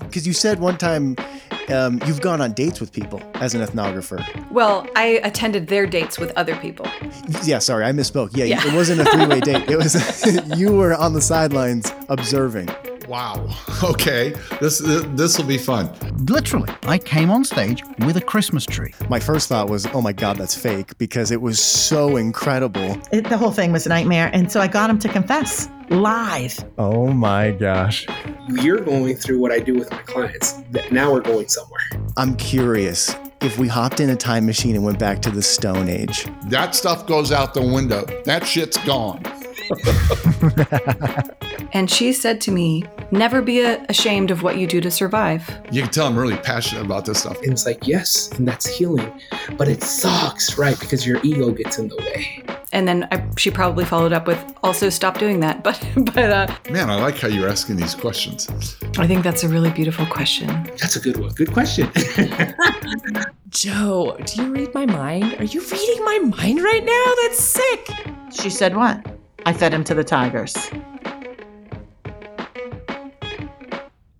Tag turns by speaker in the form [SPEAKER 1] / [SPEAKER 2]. [SPEAKER 1] because you said one time um, you've gone on dates with people as an ethnographer.
[SPEAKER 2] Well, I attended their dates with other people.
[SPEAKER 1] Yeah, sorry, I misspoke. Yeah,
[SPEAKER 2] Yeah.
[SPEAKER 1] it wasn't a three-way date. It was you were on the sidelines observing.
[SPEAKER 3] Wow. Okay. This this will be fun.
[SPEAKER 4] Literally, I came on stage with a Christmas tree.
[SPEAKER 1] My first thought was, oh my god, that's fake because it was so incredible.
[SPEAKER 5] It, the whole thing was a nightmare. And so I got him to confess live.
[SPEAKER 6] Oh my gosh.
[SPEAKER 7] You're going through what I do with my clients. Th- Now we're going somewhere.
[SPEAKER 1] I'm curious if we hopped in a time machine and went back to the Stone Age.
[SPEAKER 3] That stuff goes out the window. That shit's gone.
[SPEAKER 2] And she said to me, Never be a- ashamed of what you do to survive.
[SPEAKER 3] You can tell I'm really passionate about this stuff.
[SPEAKER 7] And it's like, yes, and that's healing, but it sucks, right? Because your ego gets in the way.
[SPEAKER 2] And then I, she probably followed up with, Also stop doing that. But, but uh,
[SPEAKER 3] Man, I like how you're asking these questions.
[SPEAKER 2] I think that's a really beautiful question.
[SPEAKER 7] That's a good one. Good question.
[SPEAKER 8] Joe, do you read my mind? Are you reading my mind right now? That's sick.
[SPEAKER 5] She said, What? I fed him to the tigers.